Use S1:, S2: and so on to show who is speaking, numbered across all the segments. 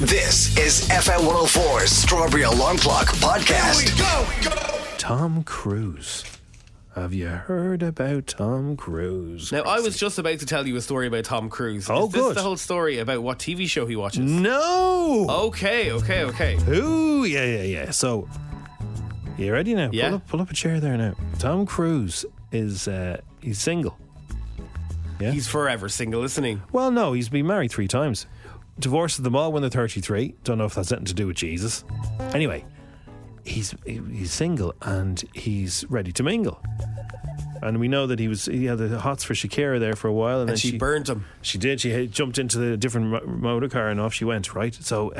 S1: This is FM 104's Strawberry Alarm Clock Podcast.
S2: Tom Cruise. Have you heard about Tom Cruise?
S3: Now, I was just about to tell you a story about Tom Cruise.
S2: Oh,
S3: Is this
S2: good.
S3: the whole story about what TV show he watches?
S2: No.
S3: Okay, okay, okay.
S2: Ooh, yeah, yeah, yeah. So, you ready now?
S3: Yeah.
S2: Pull up, pull up a chair there now. Tom Cruise is uh, he's single. Yeah.
S3: He's forever single, isn't he?
S2: Well, no, he's been married three times. Divorces them all when they're 33. Don't know if that's anything to do with Jesus. Anyway, he's he's single and he's ready to mingle. And we know that he was he had the hots for Shakira there for a while, and, then
S3: And she, burns him.
S2: She did. She had jumped into the different mo- motor car and off she went. Right. So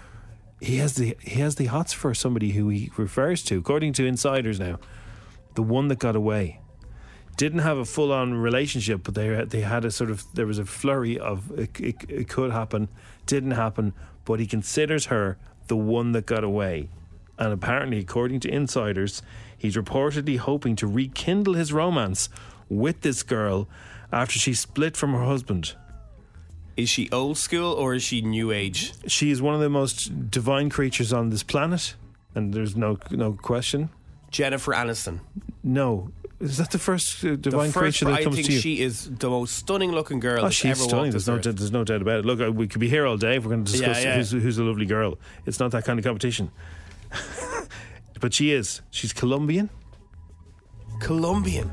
S2: he has the he has the hots for somebody who he refers to, according to insiders now, the one that got away. Didn't have a full on relationship, but they they had a sort of there was a flurry of it, it, it could happen, didn't happen, but he considers her the one that got away. And apparently, according to insiders, he's reportedly hoping to rekindle his romance with this girl after she split from her husband.
S3: Is she old school or is she new age?
S2: She is one of the most divine creatures on this planet, and there's no no question.
S3: Jennifer Aniston.
S2: No, is that the first uh,
S3: The
S2: divine
S3: first,
S2: creature that
S3: I
S2: comes
S3: think
S2: to you?
S3: she is the most stunning looking girl
S2: oh,
S3: that's
S2: she's
S3: ever
S2: stunning.
S3: walked
S2: There's
S3: this
S2: no,
S3: earth.
S2: doubt- there's no doubt about it. Look, I, we could be here all day if we're going to discuss
S3: Yeah, yeah.
S2: Who's, who's a lovely girl. It's not that kind of competition. but she is. She's Colombian.
S3: Colombian.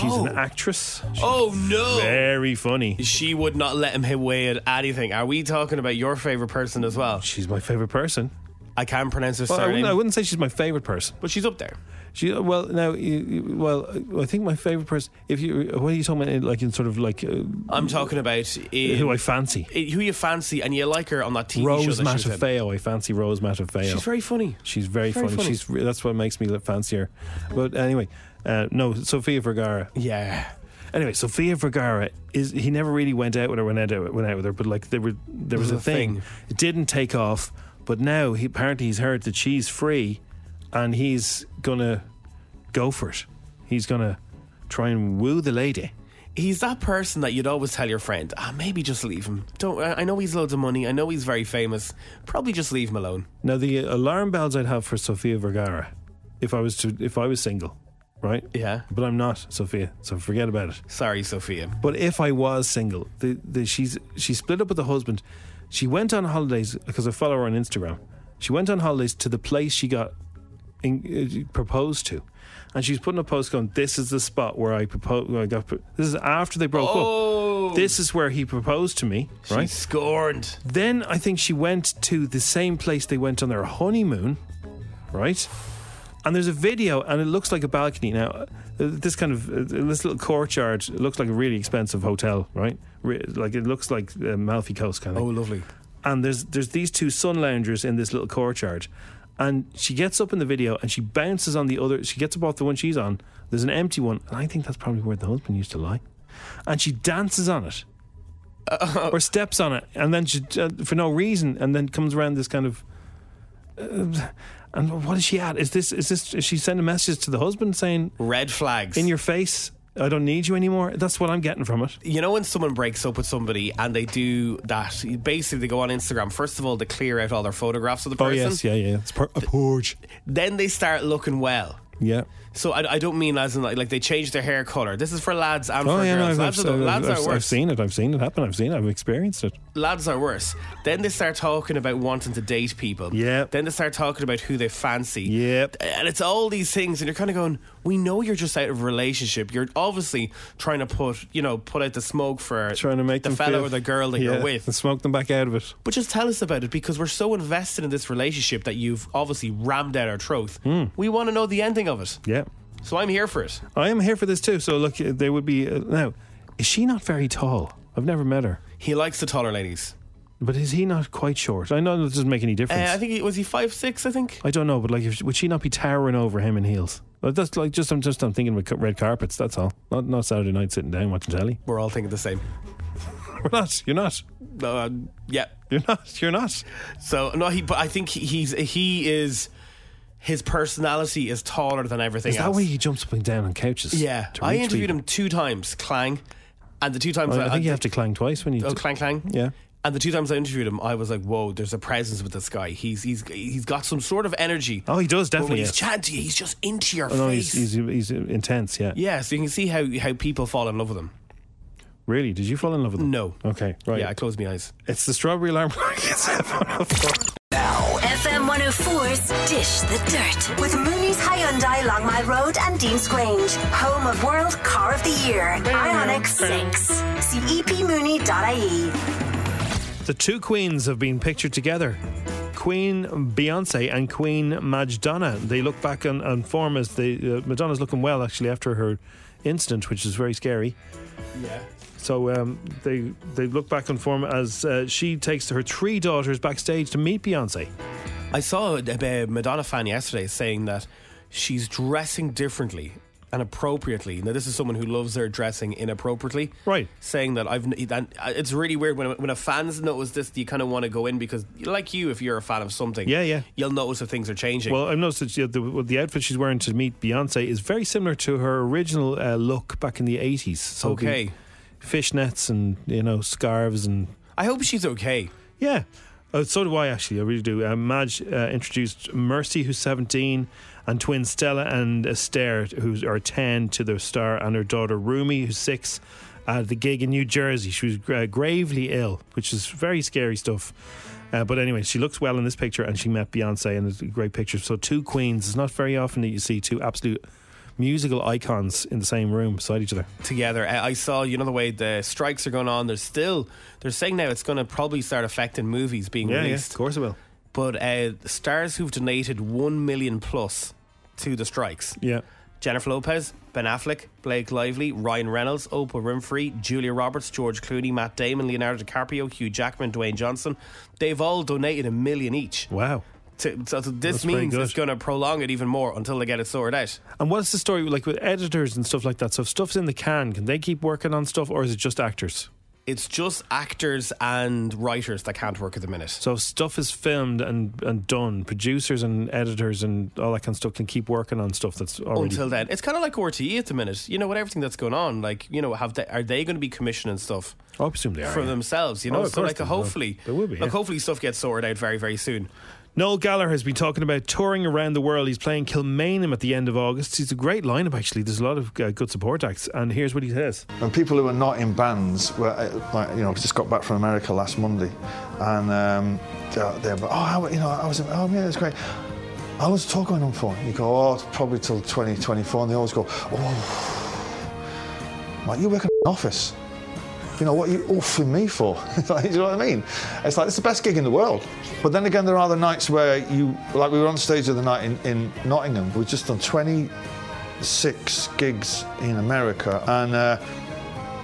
S2: She's
S3: Oh.
S2: an actress. She's
S3: Oh, no.
S2: very funny.
S3: She would not let him away at anything. Are we talking about your favorite person as well?
S2: She's my favorite person.
S3: I can't pronounce her
S2: Well, I,
S3: surname,
S2: wouldn't, I wouldn't say she's my favorite person.
S3: but she's up there.
S2: She uh, well now you, you- well I think my favorite person. If you what are you talking about? Like in sort of like uh,
S3: I'm talking about in-
S2: who I fancy.
S3: i- who you fancy and you like her on that TV
S2: Rose
S3: show. That she was in.
S2: Matafeo. I fancy Rose Matafeo.
S3: She's very funny.
S2: She's very,
S3: very
S2: funny.
S3: funny.
S2: She's re- that's what makes me look fancier. But anyway, uh, no, Sofia Vergara.
S3: Yeah.
S2: Anyway, Sofia Vergara is he never really went out with her when out went out with her, but like there were there was,
S3: was
S2: a,
S3: a
S2: thing.
S3: thing.
S2: It didn't take off, but now he apparently he's heard that she's free, and he's gonna go for it. He's gonna try and woo the lady.
S3: He's that person that you'd always tell your friend, ah, maybe just leave him. Don't. I I know he's loads of money. I know he's very famous. Probably just leave him alone.
S2: Now the alarm bells I'd have for Sofia Vergara if I was to if I was single, right?
S3: Yeah.
S2: But I'm not, Sophia, so forget about it.
S3: Sorry, Sophia.
S2: But if I was single, the, the, she's she split up with the husband. She went on holidays because I follow her on Instagram. She went on holidays to the place she got in, uh, proposed to, and she's putting a post going, "This is the spot where I proposed. I got. Pro-. This is after they broke
S3: Oh,
S2: up. This is where he proposed to me,
S3: she
S2: right?
S3: scorned.
S2: Then I think she went to the same place they went on their honeymoon, right? And there's a video, and it looks like a balcony. Now, uh, this kind of uh, this little courtyard it looks like a really expensive hotel, right? Re- like it looks like uh, Malfi Coast kind of. thing.
S3: lovely.
S2: And there's there's these two sun loungers in this little courtyard, and she gets up in the video and she bounces on the other. She gets up off the one she's on. There's an empty one, and I think that's probably where the husband used to lie. And she dances on it or steps on it, and then she, uh, for no reason, and then comes around this kind of. Uh, and what is she at? Is this is this? Is she sending messages to the husband saying,
S3: Red flags.
S2: "In your face, I don't need you anymore"? That's what I'm getting from it.
S3: you know when someone breaks up with somebody and they do that basically they go on instagram first of all
S2: Oh,
S3: they clear out all their photographs of the person
S2: yeah, yeah. It's per- a purge.
S3: then they start looking well
S2: Yeah.
S3: So I, I don't mean as in like, like they change their hair color. This is for lads and
S2: Oh
S3: for
S2: yeah, no,
S3: girls.
S2: I've,
S3: lads
S2: I've,
S3: are, the-
S2: I've-
S3: lads
S2: I've-
S3: are
S2: I've
S3: worse.
S2: seen it. I've seen it happen. I've seen it. I've experienced it.
S3: Lads are worse. Then they start talking about wanting to date people.
S2: Yeah.
S3: Then they start talking about who they fancy.
S2: Yep.
S3: And it's all these things, and you're kind of going, "We know you're just out of a relationship. You're obviously trying to put, you know, put out the smoke for
S2: Trying to make
S3: the
S2: them
S3: fellow
S2: feel-
S3: or the girl that
S2: Yeah,
S3: you're with."
S2: and smoke them back out of it.
S3: But just tell us about it because we're so invested in this relationship that you've obviously rammed out our truth.
S2: Hmm.
S3: We want to know the ending of it.
S2: Yeah,
S3: So I'm here for it.
S2: I am here for this too. So look, uh, there would be uh, now. Is she not very tall? I've never met her,
S3: He likes the taller ladies.
S2: but is he not quite short? I know it doesn't make any
S3: Uh,
S2: difference.
S3: I think he was he five six. I think.
S2: I don't know, but like, if, would she not be towering over him in heels? Like, That's like just I'm just I'm thinking with ca- red carpets. That's all. Not not Saturday night sitting down watching telly.
S3: We're all thinking the same.
S2: We're not. You're not.
S3: Uh, yeah.
S2: You're not. You're not.
S3: So no, he. But I think he, he's he is his personality is taller than everything
S2: Is that
S3: else.
S2: why he jumps up and down on couches?
S3: yeah,
S2: to
S3: I
S2: reach
S3: interviewed uh,
S2: people?
S3: him two times, Clang, and the two times
S2: I, I think you have to clang twice when you.
S3: Oh,
S2: do-
S3: Clang Clang.
S2: Yeah.
S3: And the two times I interviewed him, I was like, "Whoa, there's a presence with this guy. He's he's he's got some sort of energy."
S2: Oh, he does
S3: But
S2: definitely.
S3: When he's
S2: yes.
S3: chatting to you, he's just into your
S2: Oh, no, he's,
S3: face.
S2: he's he's intense. Yeah.
S3: yeah, so you can see how how people fall in love with him.
S2: Really? Did you fall in love with him?
S3: No.
S2: Okay. Right.
S3: Yeah, I closed my eyes.
S2: It's the strawberry alarm clock. It's F104.
S4: FM 104's Dish the Dirt with Mooney's Hyundai Long My Road and Dean's Grange, home of World Car of the Year, Ionic 6. See E epmooney.ie.
S2: The two queens have been pictured together. Queen Beyonce and Queen Madonna. They look back on, on form as they. Uh, Madonna's looking well, actually, after her incident, which is very scary.
S3: Yeah.
S2: So um, they they look back on form as uh, she takes her three daughters backstage to meet Beyonce.
S3: I saw a, a Madonna fan yesterday saying that she's dressing differently and appropriately. Now, this is someone who loves their dressing inappropriately.
S2: Right.
S3: Saying that I've, and uh, it's really weird when a, when a fan's notice this, you kind of want to go in because, like you, if you're a fan of something,
S2: Yeah, yeah.
S3: you'll notice that things are changing.
S2: Well, I've noticed that she- the, well, the outfit she's wearing to meet Beyonce is very similar to her original uh, look back in the 80s. So the
S3: Okay.
S2: Fishnets and, you know, scarves and.
S3: I hope she's okay.
S2: Yeah. Uh, so do I, actually. I really do. Uh, Madge uh, introduced Mercy, who's 17, and twins Stella and Esther, who are 10, to their star, and her daughter Rumi, who's 6, at the gig in New Jersey. She was gra- gravely ill, which is very scary stuff. Uh, but anyway, she looks well in this picture, and she met Beyonce, and it's a great picture. So, two queens. It's not very often that you see two absolute musical icons in the same room beside each other.
S3: together. I, I saw, you know, the way the strikes are going on. There's still they're saying now it's going to probably start affecting movies being released.
S2: of course it will.
S3: But uh, stars who've donated one million plus to the strikes:
S2: Yeah.
S3: Jennifer Lopez, Ben Affleck, Blake Lively, Ryan Reynolds, Oprah Winfrey, Julia Roberts, George Clooney, Matt Damon, Leonardo DiCaprio, Hugh Jackman, Dwayne Johnson. They've all donated a million each.
S2: Wow.
S3: To, so, so this
S2: That's pretty
S3: means it's
S2: good.
S3: going to prolong it even more until they get it sorted out.
S2: And what's the story like with editors and stuff like that? So if stuff's in the can, can they keep working on stuff or is it just actors?
S3: It's just actors and writers that can't work at the minute.
S2: So if stuff is filmed and, and done, producers and editors and all that kind of stuff can keep working on stuff that's already
S3: until then. It's kind of like RTE at the minute. You know, with everything that's going on, like you know, have they, are they going to be commissioning stuff
S2: Oh, I presume they are.
S3: for
S2: yeah.
S3: themselves? You
S2: Oh,
S3: know,
S2: of
S3: so
S2: course
S3: like
S2: they will.
S3: hopefully,
S2: There will be,
S3: like
S2: yeah.
S3: hopefully stuff gets sorted out very very soon.
S2: Noel Gallagher has been talking about touring around the world. He's playing Kilmainham at the end of August. It's a great lineup, actually. There's a lot of uh, good support acts. And here's what he says.
S5: And people who are not in bands were, uh, like, you know, I just got back from America last Monday, and um, they're, they're oh, how, you know, I was, oh yeah, it's great. How long's the tour going on for? You go, oh, it's probably till 2024, and they always go, oh, I'm like you work in an office. You know, what are you offering me for? It's like, you know what I mean? It's like, it's the best gig in the world. But then again, there are the nights where you, like we were on stage the other night in, in Nottingham, we've just done 26 gigs in America, and uh,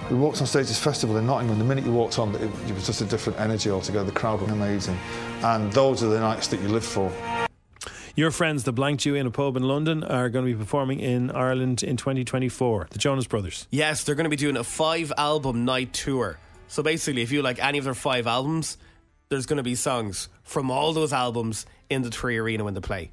S5: we walked on stage at this festival in Nottingham. The minute you walked on, it, it was just a different energy altogether. The crowd were amazing. And those are the nights that you live for.
S2: Your friends, the Blank Jew in a pub in London, are going to be performing in Ireland in 2024. The Jonas Brothers.
S3: Yes, they're going to be doing a five album night tour. So basically, if you like any of their five albums, there's going to be songs from all those albums in the Tree Arena when they play.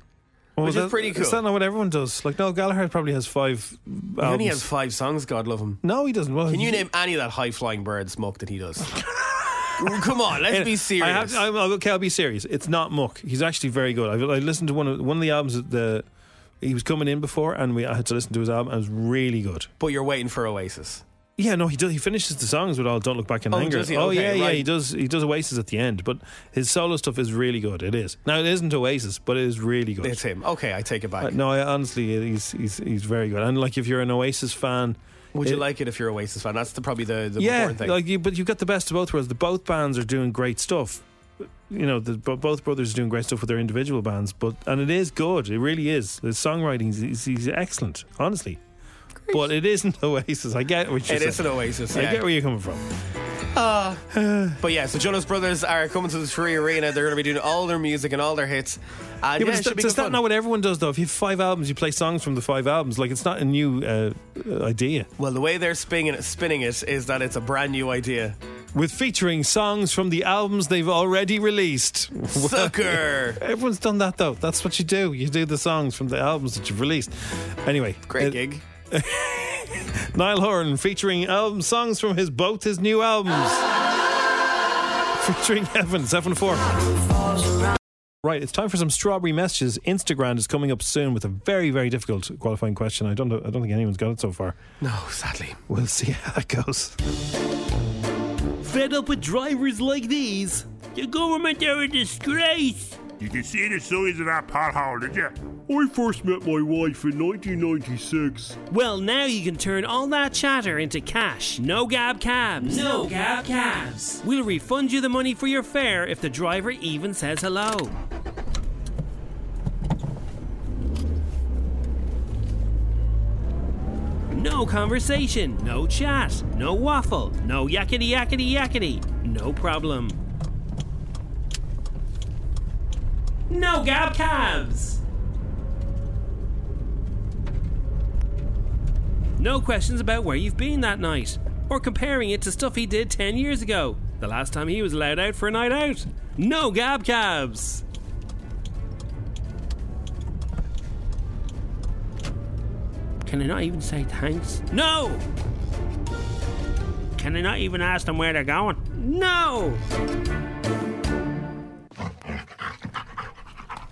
S2: Well,
S3: Which is pretty cool.
S2: Is that not what everyone does? Like Noel Gallagher probably has five. Albums.
S3: He only has five songs. God love him.
S2: No, he doesn't. Well,
S3: Can you
S2: he-
S3: name any of that high flying bird smoke that he does? Come on, let's be serious.
S2: I have, I'm, okay, I'll be serious. It's not muck. He's actually very good. I, I listened to one of one of the albums that the He was coming in before, and we I had to listen to his album. and It was really good.
S3: But you're waiting for Oasis.
S2: Yeah, no, he does. He finishes the songs with all "Don't Look Back in
S3: Oh,
S2: Anger."
S3: does he?
S2: Oh,
S3: Okay,
S2: yeah, yeah.
S3: right.
S2: He does. He does Oasis at the end, but his solo stuff is really good. It is. Now it isn't Oasis, but it is really good.
S3: It's him. Okay, I take it back.
S2: Uh, no, I, honestly, he's he's he's very good. And like, if you're an Oasis fan,
S3: Would you
S2: it-
S3: like it if you're an Oasis fan? That's the, probably the, the
S2: yeah,
S3: important thing.
S2: like you, but you've got the best of both worlds. The both bands are doing great stuff. You know, the, bo- both brothers are doing great stuff with their individual bands, but and it is good. It really is. The songwriting is, is, is excellent, honestly. But it isn't Oasis. I get what you're
S3: it
S2: saying.
S3: is an Oasis.
S2: I
S3: Yeah.
S2: get where you're coming from.
S3: But yeah, so Jonas Brothers are coming to the free arena. They're going to be doing all their music and all their hits. And
S2: Yeah,
S3: yeah,
S2: but
S3: it
S2: is
S3: should
S2: that,
S3: be
S2: is
S3: good
S2: that
S3: fun.
S2: not what everyone does though? If you have five albums, you play songs from the five albums. Like it's not a new uh, idea.
S3: Well, the way they're spinning it, spinning it is that it's a brand new idea.
S2: With featuring songs from the albums they've already released.
S3: Sucker!
S2: Everyone's done that though. That's what you do. You do the songs from the albums that you've released. Anyway,
S3: Great
S2: uh,
S3: gig.
S2: Niall Horan featuring album songs from his both his new albums. featuring Evan seven four. Right, it's time for some strawberry messages. Instagram is coming up soon with a very very difficult qualifying question. I don't know- I don't think anyone's got it so far.
S3: No, sadly.
S2: We'll see how that goes.
S6: Fed up with drivers like these? The government are a disgrace.
S7: Did you see the size of that pothole, did you?
S8: I first met my wife in 1996.
S6: Well, now you can turn all that chatter into cash. No gab cabs. No gab cabs. We'll refund you the money for your fare if the driver even says hello. No conversation, no chat, no waffle, no yakety yakety yakety. No problem. No gab cabs. No questions about where you've been that night, or comparing it to stuff he did 10 years ago, the last time he was allowed out for a night out. No gab cabs! Can I not even say thanks? No! Can I not even ask them where they're going? No!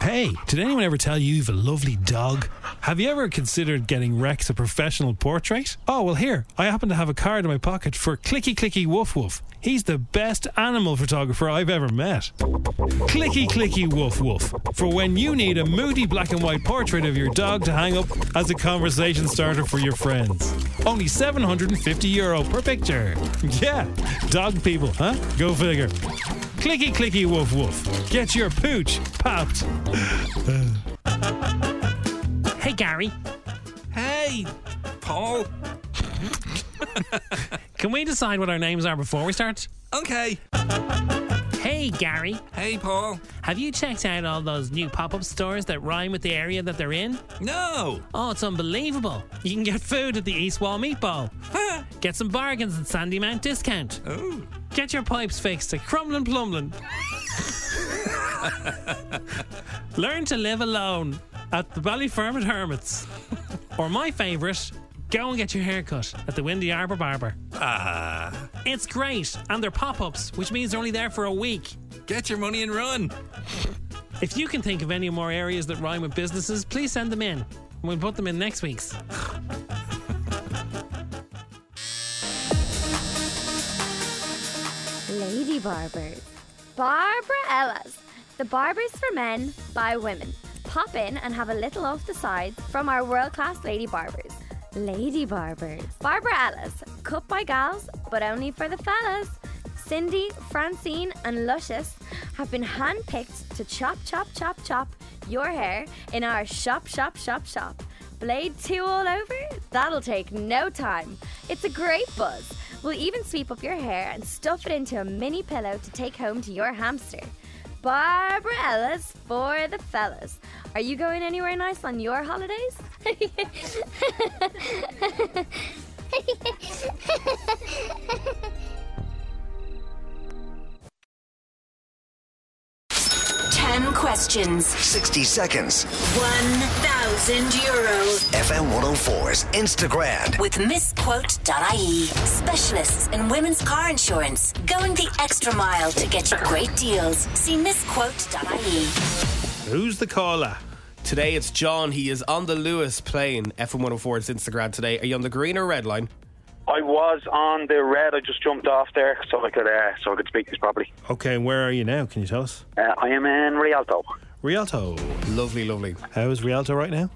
S2: Hey, did anyone ever tell you you've a lovely dog? Have you ever considered getting Rex a professional portrait? Oh, well, here, I happen to have a card in my pocket for Clicky Clicky Woof Woof. He's the best animal photographer I've ever met. Clicky Clicky Woof Woof. For when you need a moody black and white portrait of your dog to hang up as a conversation starter for your friends. Only 750 euro per picture. Yeah, dog people, huh? Go figure. Clicky Clicky Woof Woof. Get your pooch popped.
S6: Hey, Gary. Hey, Paul. Can we decide what our names are before we start?
S8: Okay.
S6: Hey, Gary.
S8: Hey, Paul.
S6: Have you checked out all those new pop up stores that rhyme with the area that they're in?
S8: No.
S6: Oh, it's unbelievable. You can get food at the East Wall Meatball. get some bargains at Sandy Mount Discount.
S8: Ooh.
S6: Get your pipes fixed at Crumlin Plumlin. Learn to live alone at the Ballyfermot Hermits. or my favourite, go and get your hair cut at the Windy Arbour Barber.
S8: Ah.
S6: It's great, and they're pop ups, which means they're only there for a week.
S8: Get your money and run.
S6: If you can think of any more areas that rhyme with businesses, please send them in. We'll put them in next week's.
S9: Lady Barbers. Barbara Ella's. The Barbers for Men by Women. Pop in and have a little off the sides from our world class Lady Barbers. Lady Barbers. Barbara Ella's. Cut by gals, but only for the fellas. Cindy, Francine, and Luscious have been handpicked to chop, chop, chop, chop your hair in our shop, shop, shop, shop. Blade 2 all over? That'll take no time. It's a great buzz. We'll even sweep up your hair and stuff it into a mini pillow to take home to your hamster. Barbara Ellis for the fellas. Are you going anywhere nice on your holidays?
S4: Ten questions,
S1: 60 seconds.
S4: 1,000 euros
S1: FM 104's Instagram.
S4: with misquote.ie. E. Specialists in women's car insurance. Going the extra mile E. to get you great deals. See misquote.ie.
S2: Who's the caller?
S3: Today it's John. He is on the Lewis plane. FM104's Instagram today. Are you on the green or red line?
S10: I was on the red. I just jumped off there so I could uh, so I could speak this properly.
S2: Okay, and where are you now? Can you tell us?
S10: Uh, I am in Rialto.
S2: Rialto.
S3: Lovely, lovely.
S2: How is Rialto right now?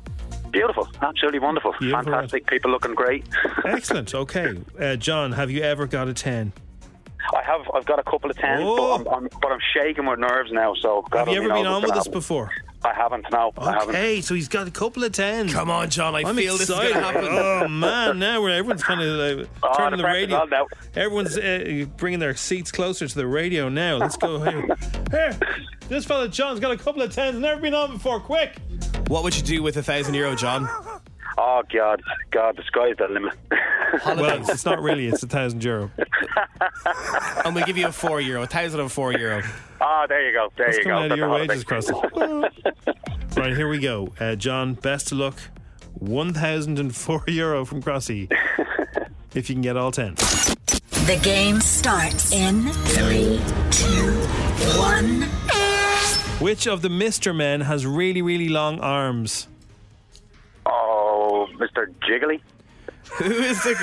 S10: Beautiful, absolutely wonderful, fantastic. People looking great.
S2: Excellent. Okay, uh, John, have you ever got a ten?
S10: I have. I've got a couple of tens, but I'm, I'm but I'm shaking with nerves now. So God
S2: Oh. have you
S10: only
S2: ever
S10: knows
S2: been on
S10: what's
S2: with
S10: gonna
S2: us
S10: happen.
S2: before?
S10: I haven't. No, I haven't.
S2: Okay, so he's got a couple of tens.
S3: Come on, John. I
S2: am
S3: feel this is gonna
S2: excited.
S3: happen.
S2: Oh man, now we're, everyone's kind of uh,
S3: Oh,
S2: turning
S3: the
S2: the
S3: pressure's
S2: radio.
S3: on now.
S2: Everyone's uh, bringing their seats closer to the radio now. Let's go here. here. This fella John's got a couple of tens. Never been on before. Quick.
S3: What would you do with a thousand euro, John?
S10: Oh God, God, the sky's the limit.
S2: Well, it's not really. It's a thousand euro.
S3: And we give you a four euro, a thousand and four euro.
S10: Ah, there you go. There
S2: That's
S10: you go.
S2: coming out of
S10: That's
S2: your
S10: a holiday.
S2: wages, Cross. right, here we go. Uh, John, best of luck. 1,004 euro from Crossy. if you can get all 10.
S4: The game starts in three, two, one.
S2: Which of the Mr. Men has really, really long arms?
S10: Oh, Mr. Jiggly.
S3: Who is the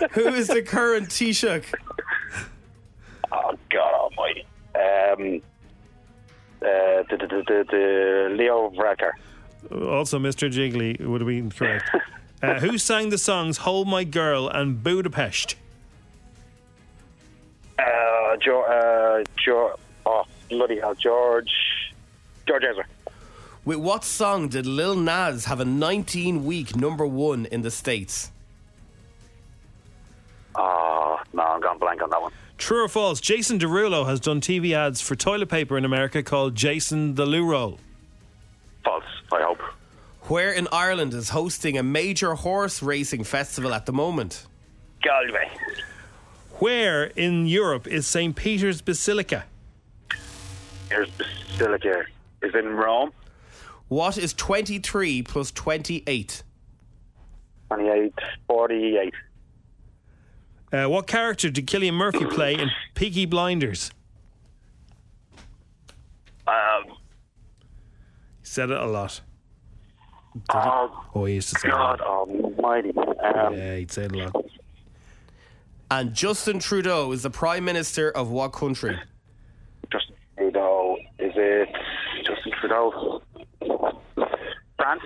S3: who is the current Taoiseach?
S10: Oh God Almighty. Um, uh, the, the, the, the Leo Vracker.
S2: Also, Mr. Jiggly would have been correct. Uh, who sang the songs Hold My Girl and Budapest?
S10: Uh, jo- uh, jo- oh, bloody hell, George. George Ezra.
S3: With what song did Lil Nas have a 19 week number one in the States?
S10: Oh, no, I'm going blank on that one.
S2: True or false, Jason Derulo has done TV ads for toilet paper in America called Jason the Loo Roll.
S10: False, I hope.
S3: Where in Ireland is hosting a major horse racing festival at the moment?
S10: Galway.
S2: Where in Europe is St. Peter's Basilica?
S10: Here's Basilica. Is in Rome.
S3: What is 23 plus 28?
S10: 28, 48.
S2: Uh, what character did Killian Murphy play in Peaky Blinders?
S10: Um,
S2: He said it a lot.
S10: oh,
S2: Oh, he used to say
S10: God almighty. Um,
S2: it. Yeah, he'd say it a lot.
S3: And Justin Trudeau is the Prime Minister of what country?
S10: Justin Trudeau. Is it Justin Trudeau? France?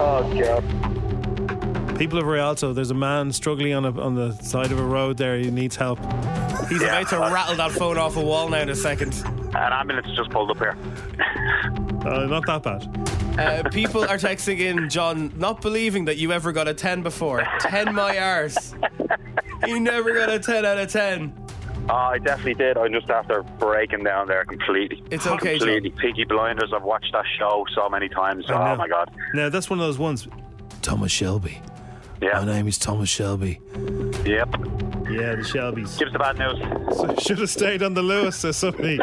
S10: Oh, God.
S2: People of Rialto, there's a man struggling on a, on the side of a road there. He needs help.
S3: He's about to rattle that phone off a wall now in a second.
S10: An ambulance just pulled up here.
S2: Uh, not that bad.
S3: Uh, people are texting in, John, not believing that you ever got a 10 before. 10 my arse. You never got a 10 out of 10.
S10: Oh, I definitely did. I'm just after breaking down there completely.
S3: It's okay,
S10: Completely. Peaky Blinders. I've watched that show so many times. Oh,
S2: know.
S10: my God.
S2: Now, that's one of those ones. Thomas Shelby.
S10: Yeah.
S2: My name is Thomas Shelby.
S10: Yep.
S2: Yeah, the Shelbys.
S10: Give us the bad news.
S2: Should have stayed on the Lewis or something.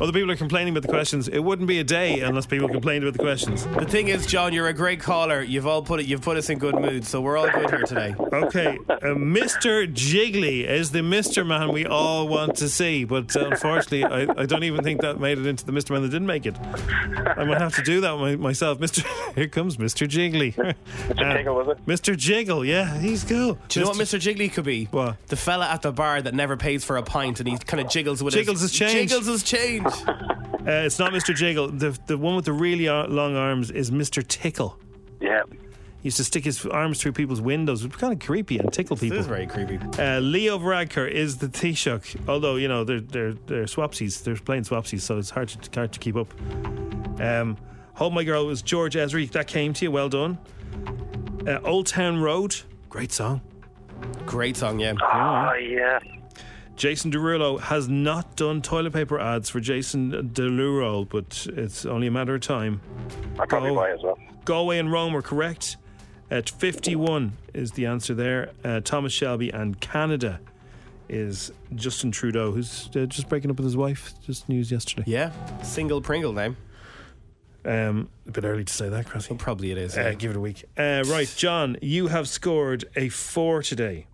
S2: Other people are complaining about the questions. It wouldn't be a day unless people complained about the questions.
S3: The thing is, John, you're a great caller. You've all put it. You've put us in good mood, so we're all good here today.
S2: Okay, uh, Mr. Jiggly is the Mr. Man we all want to see, but uh, unfortunately, I, I don't even think that made it into the Mr. Man that didn't make it. I'm gonna have to do that my, myself. Mr. Here comes Mr. Jiggly. Mr.
S10: Jiggle, was it?
S2: Mr. Jiggle, yeah, he's cool.
S3: Do you know what Mr. Jiggly could be?
S2: What?
S3: The fella at the bar that never pays for a pint and he kind of jiggles with
S2: Jiggles his change.
S3: Jiggles his change.
S2: Uh, it's not Mr. Jiggle. The the one with the really ar- long arms is Mr. Tickle.
S10: Yep.
S2: He used to stick his arms through people's windows. It's kind of creepy and tickle people.
S3: this is very creepy.
S2: Uh, Leo Varadkar is the Taoiseach, although you know they're they're they're swapsies. They're playing swapsies, so it's hard to hard to keep up. Um, Hold My Girl was George Ezra. That came to you. Well done. Uh, Old Town Road, great song.
S3: Great song, yeah.
S10: Oh, yeah.
S2: Jason Derulo has not done toilet paper ads for Jason Derulo, but it's only a matter of time.
S10: I probably
S2: Go.
S10: buy as well.
S2: Galway and Rome were correct. At 51 is the answer there. Uh, Thomas Shelby and Canada is Justin Trudeau, who's uh, just breaking up with his wife. Just news yesterday.
S3: Yeah. Single Pringle name.
S2: Um, a bit early to say that, Crossy.
S3: Probably it is.
S2: Uh,
S3: yeah.
S2: give it a week. Uh, right, John, you have scored a four today.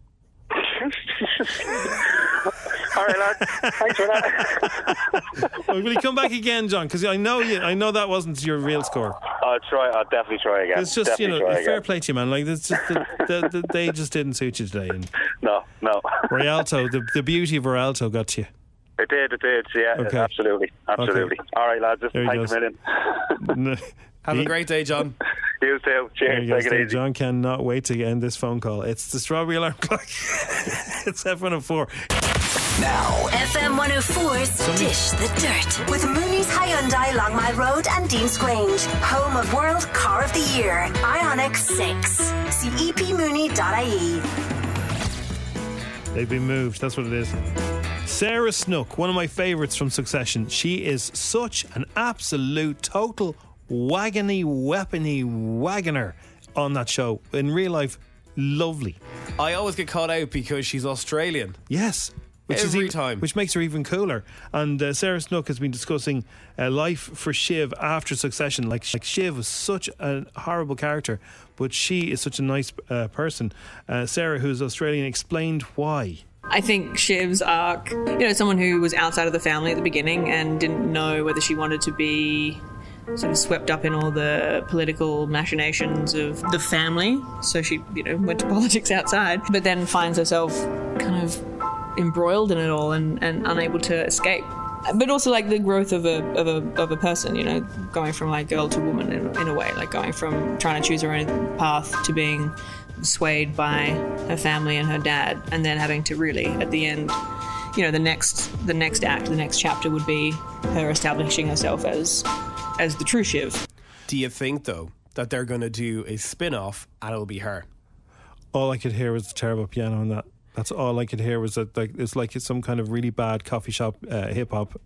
S10: All right, lads. Thanks for that.
S2: Will you come back again, John? Because I know you. I know that wasn't your real score.
S10: I'll try. I'll definitely try again.
S2: It's just
S10: definitely
S2: you know
S10: try
S2: fair
S10: again.
S2: play to you, man. Like it's just the, the, the, they just didn't suit you today. And
S10: No, no.
S2: Rialto, the, the beauty of Rialto got you.
S10: It did. It did. Yeah.
S2: Okay.
S10: Absolutely. Absolutely. All right, lads.
S2: There he
S10: Thanks
S2: goes.
S10: a million.
S2: Have a
S3: great day, John.
S10: You too.
S2: There
S10: Cheers.
S2: you go,
S10: Take
S2: Steve.
S10: it easy.
S2: John cannot wait to end this phone call. It's the strawberry alarm clock. it's F104.
S4: FM 104's Dish the Dirt with Mooney's Hyundai Long My Road and Dean's Grange, home of World Car of the Year, Ionic 6. See E epmooney.ie.
S2: They've been moved. That's what it is. Sarah Snook, one of my favourites from Succession. She is such an absolute total wagony, weapony wagoner on that show. In real life, lovely.
S3: I always get caught out because she's Australian.
S2: Yes.
S3: Every
S2: even, time. Which makes her even cooler. And uh, Sarah Snook has been discussing uh, life for Shiv after Succession. Like, sh- like Shiv was such a horrible character, but she is such a nice uh, person. Uh, Sarah, who's Australian, explained why.
S11: I think Shiv's arc, you know, someone who was outside of the family at the beginning and didn't know whether she wanted to be sort of swept up in all the political machinations of the family. So she, you know, went to politics outside, but then finds herself kind of embroiled in it all and, and unable to escape. But also like the growth of a, of a of a person, you know, going from like girl to woman in, in a way, like going from trying to choose her own path to being swayed by her family and her dad, and then having to really at the end, you know, the next the next act, the next chapter would be her establishing herself as as the true Shiv.
S3: Do you think though that they're going to do a spin-off and it'll be her?
S2: All I could hear was the terrible piano and that. That's all I could hear was that like it's like it's some kind of really bad coffee shop uh, hip hop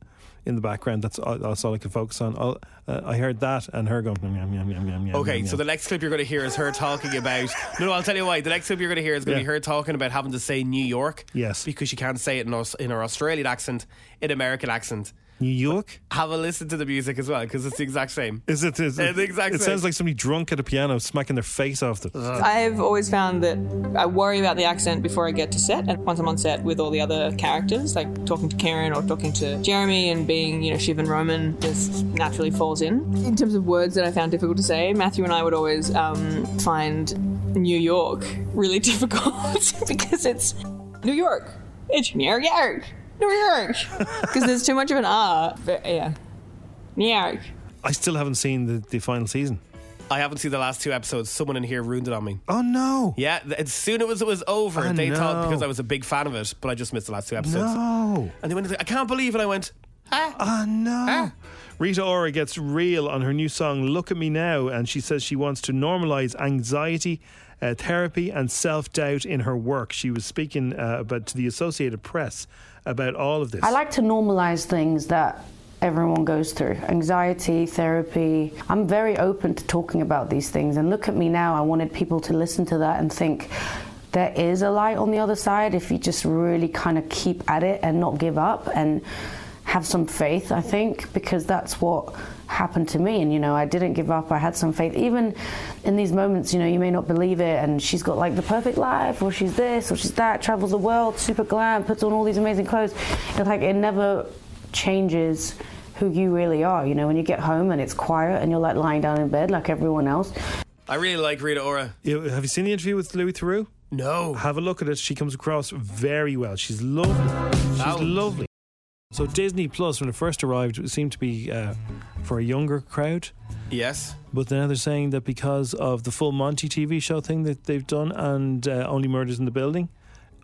S2: in the background. That's all, that's all I could focus on. All, uh, I heard that and her going. Yum, yum, yum, yum, yum, yum,
S3: Okay,
S2: yum,
S3: so the next clip you're going to hear is her talking about. No, no, I'll tell you why. The next clip you're going to hear is going to
S2: Yeah.
S3: be her talking about having to say New York. Yes. Because she can't say it in, Aus- in her Australian accent, in American accent.
S2: New York.
S3: Have a listen to the music as well, because it's the exact same.
S2: Is it? Is
S3: It's the exact
S2: It
S3: same.
S2: sounds like somebody drunk at a piano smacking their face off. The,
S11: I've always found that I worry about the accent before I get to set, and once I'm on set with all the other characters, like talking to Karen or talking to Jeremy and being, you know, Shiv and Roman, just naturally falls in. In terms of words that I found difficult to say, Matthew and I would always um, find New York really difficult because it's New York. It's New York, New York, because there's too much of an R. But, yeah, New York.
S2: I still haven't seen the, the final season.
S3: I haven't seen the last two episodes. Someone in here ruined it on me.
S2: Oh no!
S3: Yeah, th- as soon as it was over,
S2: Oh,
S3: they thought
S2: no.
S3: because I was a big fan of it, but I just missed the last two episodes.
S2: No.
S3: And they went, I can't believe it. I went,
S2: Ah no. Rita Ora gets real on her new song Look at Me Now and she says she wants to normalize anxiety, uh, therapy and self-doubt in her work. She was speaking uh, about to the Associated Press about all of this.
S12: I like to normalize things that everyone goes through anxiety, therapy. I'm very open to talking about these things. And look at me now, I wanted people to listen to that and think there is a light on the other side if you just really kind of keep at it and not give up and have some faith, I think, because that's what happened to me. And, you know, I didn't give up. I had some faith. Even in these moments, you know, you may not believe it. And she's got like the perfect life, or she's this, or she's that, travels the world, super glam, puts on all these amazing clothes. It's like it never changes who you really are. You know, when you get home and it's quiet and you're like lying down in bed like everyone else,
S3: I really like Rita Ora.
S2: You- have you seen the interview with Louis Theroux?
S3: No.
S2: Have a look at it. She comes across very well. She's lovely. She's lovely. So Disney Plus, when it first arrived, it seemed to be uh, for a younger crowd.
S3: Yes.
S2: But now they're saying that because of the full Monty TV show thing that they've done and uh, Only Murders in the Building,